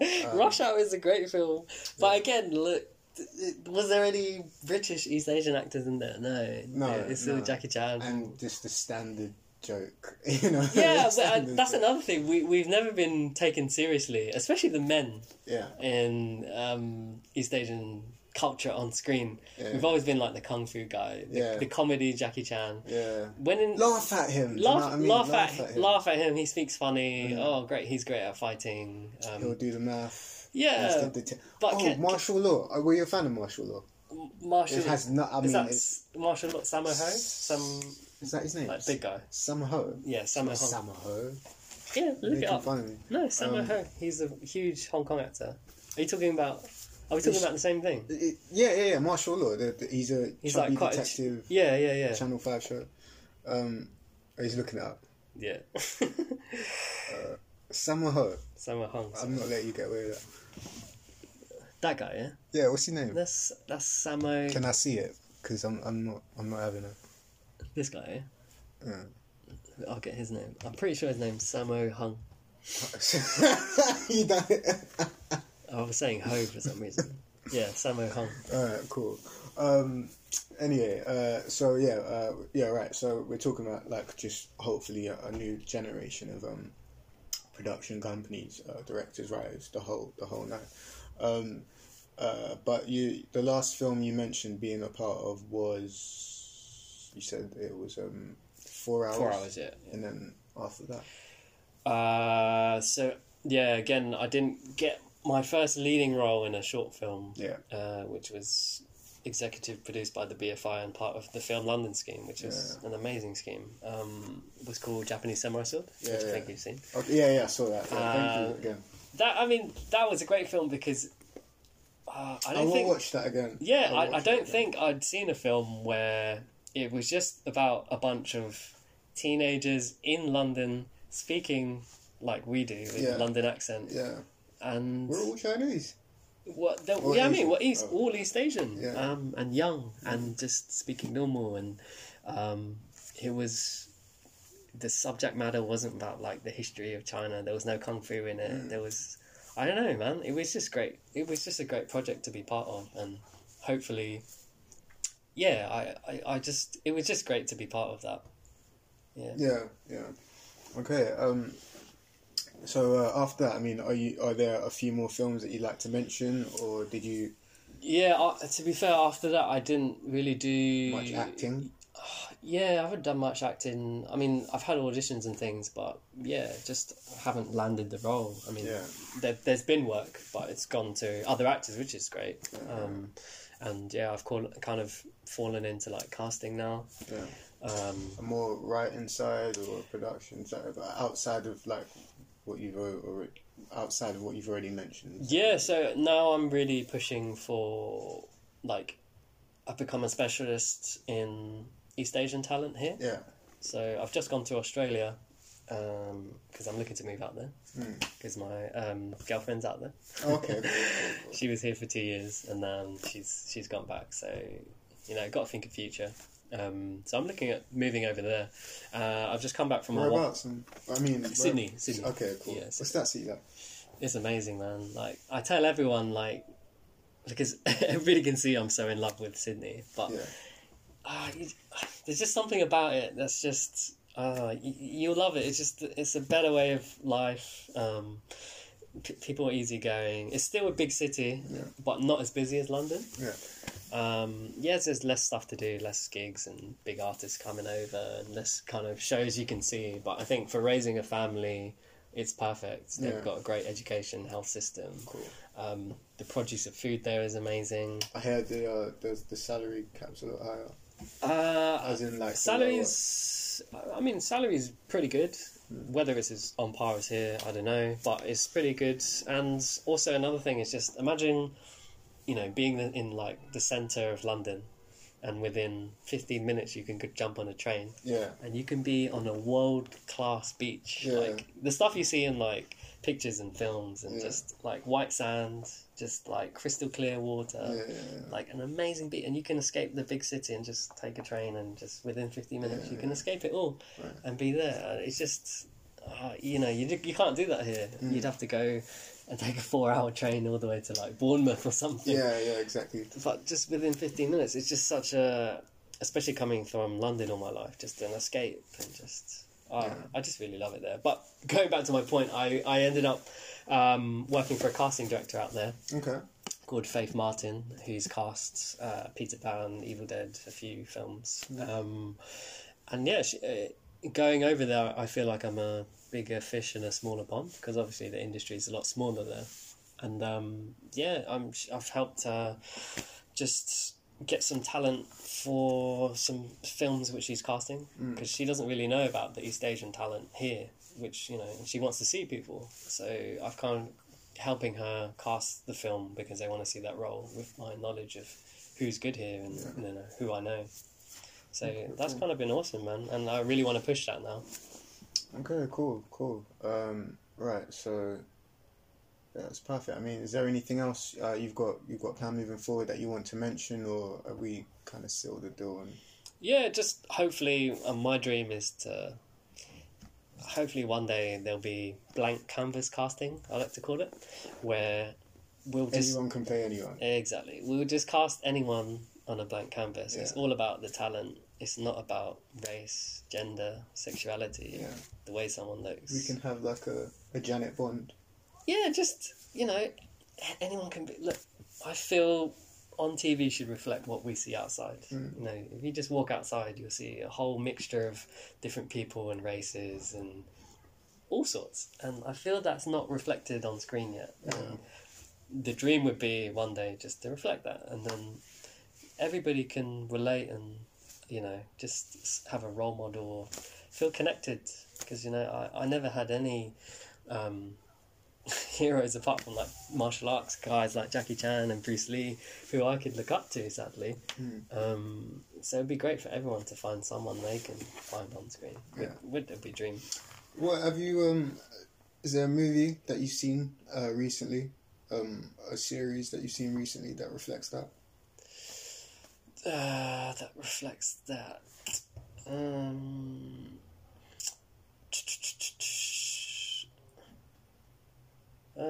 they?
Rush Hour is a great film, but again, look, th- th- was there any British East Asian actors in there? No,
No,
it's still
no.
Jackie Chan.
and just the standard joke, you know.
yeah,
the
but I,
standard
that's
joke.
another thing. We we've never been taken seriously, especially the men
Yeah,
in um, East Asian culture on screen.
Yeah.
We've always been like the kung fu guy, the,
Yeah.
the comedy Jackie Chan.
Yeah.
When in
Laugh at him. do you know
laugh,
what I mean?
laugh, at,
him.
laugh at him. He speaks funny.
Mm.
Oh, great! He's great at fighting.
He'll
Um,
do the math.
yeah,
He's the det-
but
oh,
can-
martial law. Are- Were you a fan of martial law?
martial
It has not. I
is
mean,
that
it's,
s- martial law- Sammo Ho? Some
is that his name?
like big guy.
Summer Ho.
Yeah, Sammo Ho.
Summer Ho.
yeah, look it
Making
up.
fun of me.
No, Sammo
Um,
Ho. He's a huge Hong Kong actor. Are you talking about? Are we talking
He's-
about the same thing?
It- yeah, yeah, yeah. Martial law. The, the, he's a
He's
chubby
like quite a ch-
detective.
Yeah, yeah, yeah,
Channel Five show. Um, he's looking it up.
yeah.
Summer Ho.
Sammo Hung.
I'm not letting you get away with
That guy, yeah.
that. Yeah. What's his name?
That's that's Sammo.
Can I see it? Because I'm, I'm not, I'm not having it.
This guy, yeah.
Mm.
I'll get his name. I'm pretty sure his name's Sammo Hung.
you done it.
I was saying Ho for some reason. yeah, Sammo Hung.
Alright, cool. Um, anyway, uh, so yeah, uh, yeah, right. So we're talking about like just hopefully a, a new generation of um, production companies, uh, directors, writers, the whole the whole night. Um, uh, but you, the last film you mentioned being a part of was you said it was um, four hours.
Four hours, yeah.
and then after that,
Uh, so yeah, again, I didn't get my first leading role in a short film,
yeah,
uh, which was executive produced by the BFI and part of the Film London scheme, which is an amazing scheme. Um, was called Japanese Samurai Sword,
Yeah,
which I
yeah.
think you've seen.
okay, yeah, yeah, I saw that. Yeah,
Uh,
thank you again.
That I mean, that was a great film because uh, I
I
don't
will
think
watch that again.
Yeah,
I'll
I, I
watch that
don't
again.
think I'd seen a film where it was just about a bunch of teenagers in London speaking like we do with
Yeah.
London accent.
Yeah,
And
we're all Chinese.
what the,
all
yeah, I mean,
Asian.
what East,
Oh.
all East Asian,
Yeah.
um, and young, and just speaking normal, and um, it was the subject matter wasn't about like the history of China. There was no kung fu in it.
Mm.
There was, I don't know, man. It was just great. It was just a great project to be part of, and hopefully, yeah, I, I, I just it was just great to be part of that.
Yeah, yeah. Okay. Um. So uh, after that, I mean, are you are there a few more films that you'd like to mention, or did you
Yeah, uh, to be fair, after that, I didn't really do
much acting?
Yeah, I haven't done much acting. I mean, I've had auditions and things, but yeah, just haven't landed the role. I mean,
Yeah.
there, there's been work, but it's gone to other actors, which is great. Um, and yeah, I've call, kind of fallen into like casting now.
Yeah.
Um,
More writing side or production side, but outside of like what you've al- already outside of what you've already mentioned.
yeah, so now I'm really pushing for like I've become a specialist in East Asian talent here.
Yeah.
So I've just gone to Australia because I'm looking to move out there
Hmm.
because my um, girlfriend's out there.
Okay. cool, cool,
She was here for two years and then she's she's gone back. So you know, got to think of future. Um, so I'm looking at moving over there. Uh, I've just come back from
cool.
a wa-
Whereabouts? in- I mean, where-
Sydney, Sydney.
Okay, cool.
Yeah,
What's
Sydney.
that city like?
It's amazing, man. Like I tell everyone, like because everybody can see I'm so in love with Sydney, but
Yeah.
ah, you, there's just something about it that's just uh, you, you'll love it. It's just it's a better way of life. Um, p- people are easygoing. It's still a big city,
Yeah.
but not as busy as London.
Yeah.
Um, yes, there's less stuff to do, less gigs and big artists coming over, and less kind of shows you can see. But I think for raising a family, it's perfect. They've
Yeah.
got a great education, health system.
Cool.
Um, the produce of food there is amazing.
I heard the uh, the the salary cap's a lot higher.
Uh,
As in, like the
salaries. I mean, salaries pretty good. Whether it's as on par as here, I don't know, but it's pretty good. And also another thing is just imagine, you know, being in- in like the center of London, and within fifteen minutes you can go jump on a train
Yeah.
and you can be on a world class beach.
Yeah.
Like the stuff you see in like pictures and films, and
Yeah.
just like white sand, just like crystal clear water
Yeah. yeah, yeah.
like an amazing beat and you can escape the big city and just take a train and just within 50 minutes
Yeah,
you can
yeah.
escape it all
Right.
and be there And it's just uh, you know you, d- you can't do that here
Mm.
you'd have to go and take a four hour train all the way to like bournemouth or something
Yeah, yeah, exactly.
but just within 15 minutes it's just such a especially coming from london all my life just an escape and just uh,
Yeah.
i just really love it there but going back to my point i, I ended up um, working for a casting director out there
Okay.
called Faith Martin, who's cast uh, Peter Pan, Evil Dead, a few films. Um, and yeah, she, uh, going over there, I feel like I'm a bigger fish in a smaller pond because obviously the industry is a lot smaller there. And um, yeah, I'm I've helped uh, just get some talent for some films which she's casting because she doesn't really know about the East Asian talent here, which you know she wants to see people. So I've kind of helping her cast the film because they want to see that role with my knowledge of who's good here and you know who I know. So that's kind of been awesome, man, and I really want to push that now.
Okay, cool, cool. Um, right, so that's perfect. I mean, is there anything else uh, you've got you've got planned moving forward that you want to mention, or are we kind of sealed the deal? And
Yeah, just hopefully, uh, my dream is to. Hopefully, one day there'll be blank canvas casting. I like to call it, where we'll just
anyone can play anyone.
exactly we'll just cast anyone on a blank canvas. It's
Yeah.
all about the talent. It's not about race, gender, sexuality,
Yeah.
the way someone looks.
We can have like a, a Janet Bond.
yeah, just you know, anyone can be. Look, I feel on TV should reflect what we see outside. You know, if you just walk outside, you'll see a whole mixture of different people and races and all sorts. And I feel that's not reflected on screen yet. And the dream would be one day just to reflect that, and then everybody can relate and you know just s- have a role model or feel connected because you know I, I never had any um, heroes apart from like martial arts guys like Jackie Chan and Bruce Lee who I could look up to sadly um, so it'd be great for everyone to find someone they can find on screen
Yeah.
would, would be a dream
What have you? Um, is there a movie that you've seen uh, recently? Um, a series that you've seen recently that reflects that?
uh, that reflects that um, uh,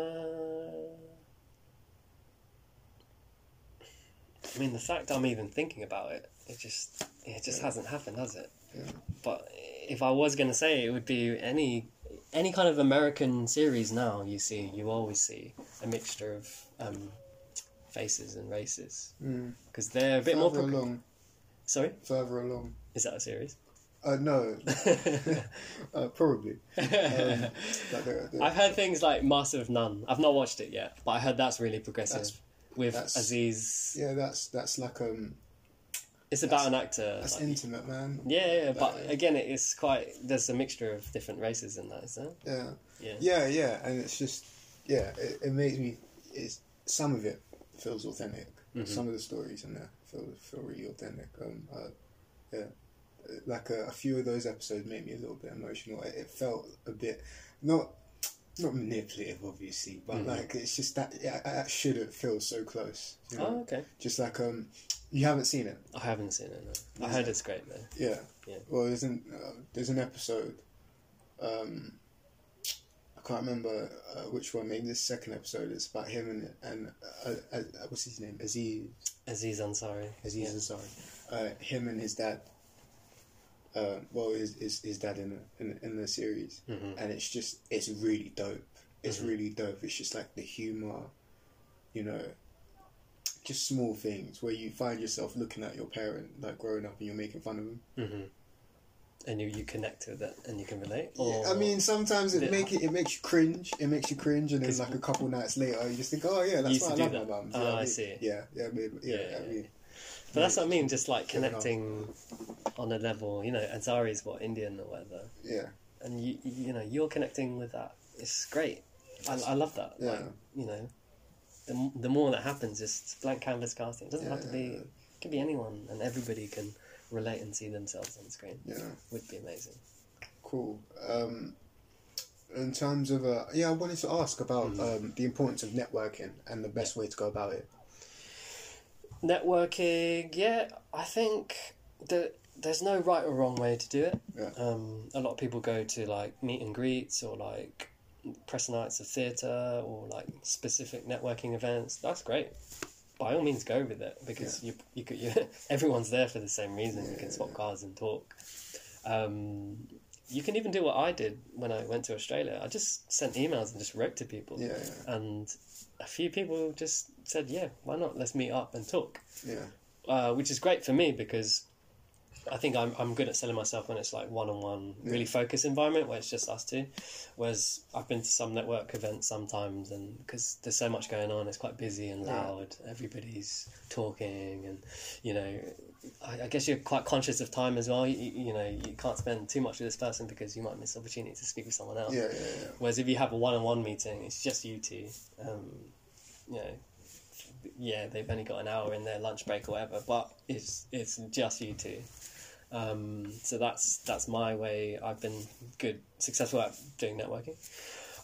I mean, the fact I'm even thinking about it, it just it just hasn't happened, has it?
Yeah.
But if I was gonna say, it would be any any kind of American series now. You see, you always see a mixture of um, faces and races
Mm.
because they're a bit more.
further
pro-
along.
Sorry,
Further along.
is that a series?
Uh, no, uh, probably. Um, like the, the,
I've heard things like Master of None. I've not watched it yet, but I heard that's really progressive.
That's-
with
that's-
Aziz,
yeah, that's that's like um,
it's about an actor.
that's
like-
intimate, man.
yeah, yeah, yeah, but
Like-
again, it's quite. There's a mixture of different races in that, is there?
Yeah.
Yeah.
Yeah, yeah, and it's just yeah, it, it makes me. It's some of it feels authentic. Some of the stories in there feel feel really authentic. Um, uh, yeah, like a, a few of those episodes made me a little bit emotional. It, it felt a bit not not manipulative, obviously, but like it's just that yeah, that shouldn't feel so close. You know?
Oh, okay.
Just like um, you haven't seen it.
I haven't seen it. No. I heard it's great though.
Yeah.
Yeah.
Well, there's an uh, there's an episode. Um, I can't remember uh, which one. Maybe this second episode. It's about him and and uh, uh, uh, what's his name? Aziz
Aziz Ansari.
Aziz Ansari. Uh, him and his dad. Uh, well, his, his his dad in the, in, the- in the series,
Mm-hmm,
and it's just it's really dope. It's really dope. It's just like the humor, you know, just small things where you find yourself looking at your parent like growing up and you're making fun of them.
mm-hmm. and you, you connect with it and you can relate.
Yeah,
Or,
I mean, sometimes it
Yeah.
make it, it makes you cringe. It makes you cringe, and then
'Cause
like a couple nights later, you just think, "Oh yeah, that's
used
what I
to
love
do
my
that.
mum."
Ah,
yeah,
I
mean,
see.
Yeah, yeah, maybe, yeah,
Yeah,
I
yeah,
mean,
but that's what I mean. Just like
Yeah, no.
connecting on a level. You know, Ansari is what Indian or whatever,
yeah,
and you you know you're connecting with that. It's great. I, I love that.
Yeah.
Like, you know, the, m- the more that happens, just blank canvas casting. It doesn't have to be.
Yeah.
It can be anyone, and everybody can relate and see themselves on screen.
Yeah.
Would be amazing.
cool. Um, in terms of, uh, yeah, I wanted to ask about
Hmm.
um, the importance of networking and the best way to go about it.
networking yeah i think that there's no right or wrong way to do it
Yeah.
um, a lot of people go to like meet and greets or like press nights of theatre or like specific networking events that's great by all means go with it because you, you could you, everyone's there for the same reason you can swap cards and talk um, you can even do what I did when I went to Australia. I just sent emails and just wrote to people.
Yeah,
And a few people just said, yeah, why not? Let's meet up and talk.
yeah,
Uh, which is great for me because I think I'm, I'm good at selling myself when it's like one on one, really focused environment where it's just us two. Whereas I've been to some network events sometimes, and because there's so much going on, it's quite busy and loud. Everybody's talking, and you know, I, I guess you're quite conscious of time as well. You, you you know, you can't spend too much with this person because you might miss opportunity to speak with someone else.
yeah, yeah, yeah.
Whereas if you have a one-on-one meeting, it's just you two. Um, you know, yeah, they've only got an hour in their lunch break or whatever, but it's it's just you two. Um, so that's that's my way. I've been good, successful at doing networking.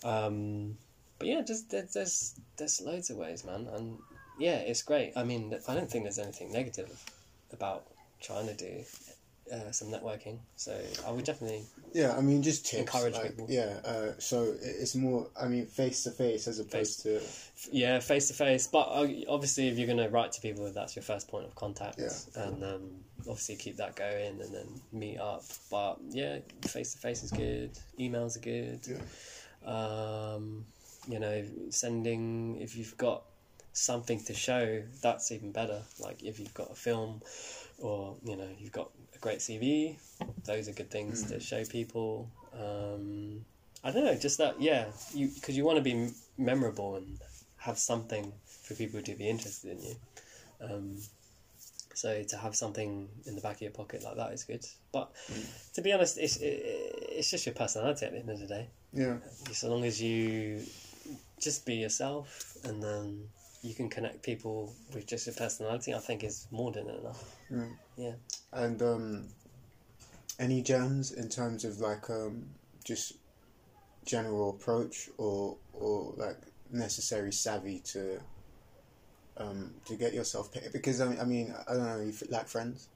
Um, but yeah, just there- there's there's loads of ways, man, and yeah, it's great. I mean, I don't think there's anything negative about trying to do uh, some networking. So I would definitely
Yeah, I mean, just tips.
Encourage
like,
people.
Yeah, uh, so it- it's more. I mean, face to face as opposed to
yeah face to face but uh, obviously if you're going to write to people that's your first point of contact
Yeah.
and um, obviously keep that going and then meet up but yeah face to face is good emails are good um, you know sending if you've got something to show that's even better like if you've got a film or you know you've got a great cv those are good things to show people um, i don't know just that yeah you because you want to be m- memorable and have something for people to be interested in you um, so to have something in the back of your pocket like that is good but to be honest it's it, it's just your personality at the end of the day
yeah,
so long as you just be yourself and then you can connect people with just your personality, I think is more than enough.
Mm.
Yeah.
and um, any jams in terms of like um, just general approach or or like necessary savvy to um, to get yourself picked because I mean, I mean I don't know you f- like friends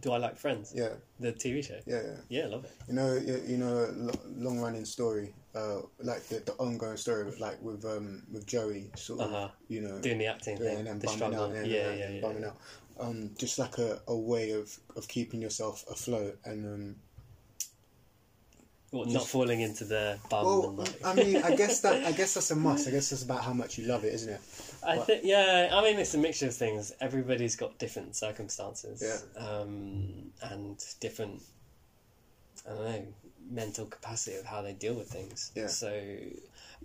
Do I like Friends?
yeah
The TV show?
yeah, yeah.
Yeah, love it.
You know, you, you know, long running story, uh, like the, the ongoing story, like with um with Joey, sort of,
Uh-huh.
you know,
Doing the acting
yeah,
thing,
and then
the
bumming
struggle.
out, and
yeah,
then
yeah, yeah.
bumming out. Um, just like a, a way of, of keeping yourself afloat, and um,
Well, not falling into the bum. and
well,
like...
Oh, I mean, I guess that I guess that's a must. I guess that's about how much you love it, isn't it?
I think yeah. I mean, it's a mixture of things. Everybody's got different circumstances,
Yeah.
um, and different. I don't know mental capacity of how they deal with things.
Yeah.
So,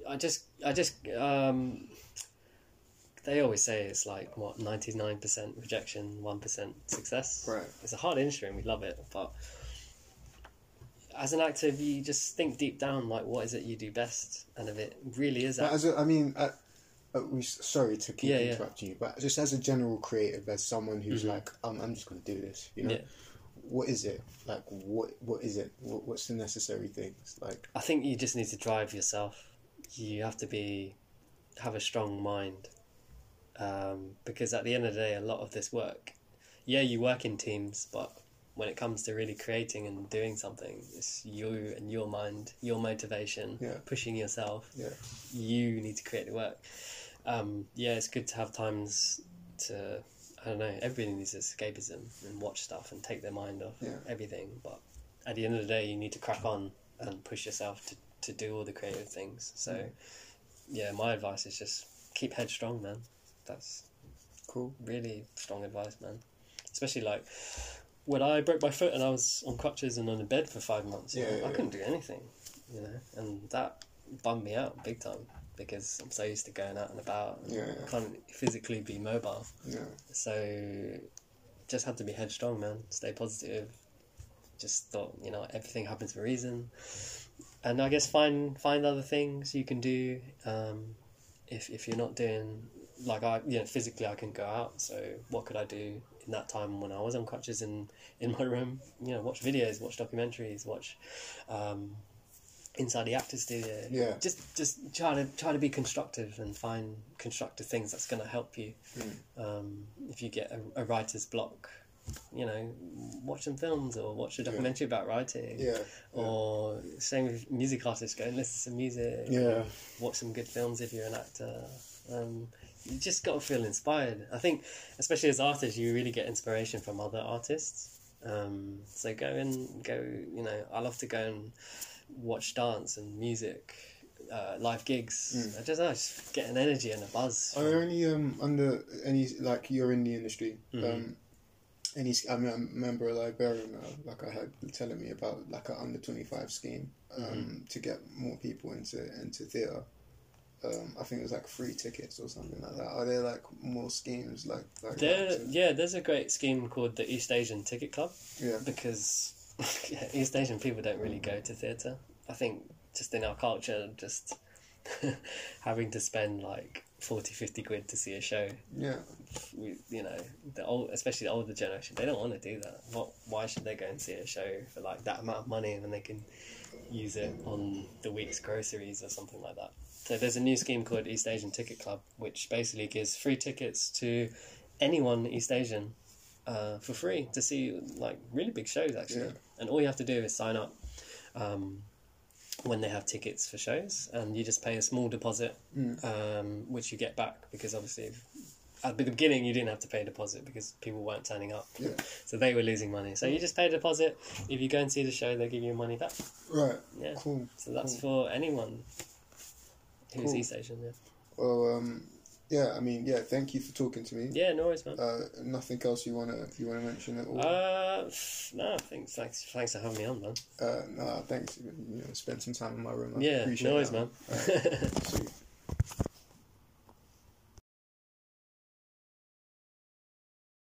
I just, I just, um, they always say it's like what ninety nine percent rejection, one percent success.
Right.
It's a hard industry, and we love it, but as an actor, you just think deep down like, what is it you do best, and if it really is,
But
act-
as a, I mean, uh, uh, we sorry to keep
Yeah, yeah.
interrupting you, but just as a general creative, as someone who's like, I'm, I'm just going to do this, you know.
Yeah.
What is it like? What what is it? What, what's the necessary things like?
I think you just need to drive yourself. You have to be have a strong mind, um, because at the end of the day, a lot of this work, yeah, you work in teams, but when it comes to really creating and doing something, it's you and your mind, your motivation,
Yeah.
pushing yourself.
Yeah.
You need to create the work. Um, yeah, it's good to have times to. I don't know. Everybody needs escapism and watch stuff and take their mind off
Yeah.
everything, but at the end of the day, you need to crack on and push yourself to, to do all the creative things. So, yeah, my advice is just keep headstrong, man. That's
Cool.
really strong advice, man. Especially like when I broke my foot and I was on crutches and on a bed for five months,
Yeah,
I,
yeah,
I couldn't do anything, you know, and that bummed me out big time because I'm so used to going out and about and
Yeah, yeah.
can't physically be mobile.
Yeah.
So just had to be headstrong, man. Stay positive. Just thought, you know, everything happens for a reason. And I guess find find other things you can do. Um, if if you're not doing like I you know, physically I can go out, so what could I do in that time when I was on crutches in, in my room? You know, watch videos, watch documentaries, watch um, inside the actor studio.
Yeah.
Just just try to try to be constructive and find constructive things that's gonna help you um, if you get a, a writer's block, you know, watch some films or watch a documentary about writing.
Yeah,
Oh, Or same with music artists, go and listen to some music.
Yeah.
Watch some good films if you're an actor. Um, you just got to feel inspired. I think, especially as artists, you really get inspiration from other artists. Um, so go and go, you know, I love to go and watch dance and music, uh, live gigs.
Mm.
I just, I just get an energy and a buzz.
Are
from-
there any um under any like you're in the industry?
Mhm.
Um, any s- I mem- remember a librarian uh, like I had telling me about like an under twenty five scheme um
Mm-hmm.
to get more people into into theatre. Um, I think it was like free tickets or something like that. Are there like more schemes like like
There,
that to-
yeah, there's a great scheme called the East Asian Ticket Club
yeah.
because East Asian people don't really go to theatre. I think just in our culture, just having to spend like 40, 50 quid to see a show,
yeah
we, you know, the old, especially the older generation, they don't want to do that. What? Why should they go and see a show for like that amount of money when they can use it on the week's groceries or something like that? So there's a new scheme called East Asian Ticket Club, which basically gives free tickets to anyone East Asian uh, for free to see like really big shows actually,
Yeah.
and all you have to do is sign up. Um, when they have tickets for shows, and you just pay a small deposit,
Mm.
um, which you get back because obviously at the beginning you didn't have to pay a deposit because people weren't turning up,
yeah
so they were losing money. So you just pay a deposit. If you go and see the show, they give you money back.
right
Yeah.
cool.
So that's for anyone who's
Cool.
East Asian. Yeah.
Well um yeah I mean yeah thank you for talking to me.
Yeah. No worries, man.
Uh, nothing else you wanna you wanna mention at all?
Uh, pff, no, thanks, thanks, thanks for having me on, man.
Uh, no, thanks. You know, spend some time in my room. I
Yeah,
appreciate
no worries,
that.
man.
Sweet.